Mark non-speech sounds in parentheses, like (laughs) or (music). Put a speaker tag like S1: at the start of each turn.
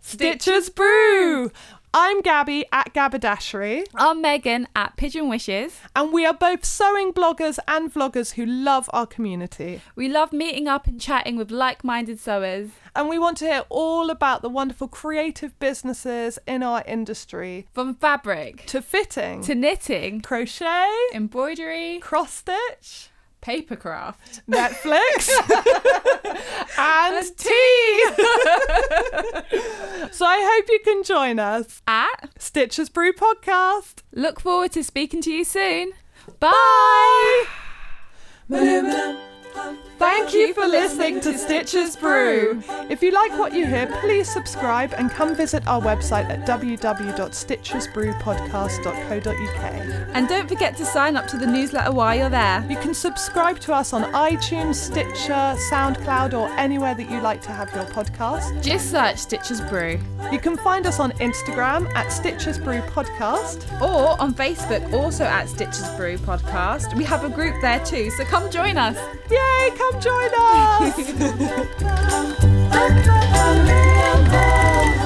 S1: Stitches Brew. I'm Gabby at Gabadashery,
S2: I'm Megan at Pigeon Wishes.
S1: and we are both sewing bloggers and vloggers who love our community.
S2: We love meeting up and chatting with like minded sewers.
S1: And we want to hear all about the wonderful creative businesses in our industry
S2: From fabric
S1: to fitting,
S2: to
S1: to
S2: knitting,
S1: crochet,
S2: embroidery,
S1: cross (laughs) stitch,
S2: paper craft.
S1: (laughs) Netflix, and tea. (laughs) so I hope you can join us.
S2: At
S1: Stitches Brew Podcast.
S2: look forward to speaking to you soon. Bye.
S1: Thank you for listening to Stitches Brew. If you like what you hear, please subscribe and come visit our website at www.stitchesbrewpodcast.co.uk.
S2: And don't forget to sign up to the newsletter while you're there.
S1: You can subscribe to us on iTunes, Stitcher, SoundCloud, or anywhere that you like to have your podcast.
S2: Just search Stitches Brew
S1: You can find us on Instagram at Stitches Brew Podcast.
S2: or on Facebook, also at Stitches Brew Podcast. We have a group there too, so come join us.
S1: Yay, come join us!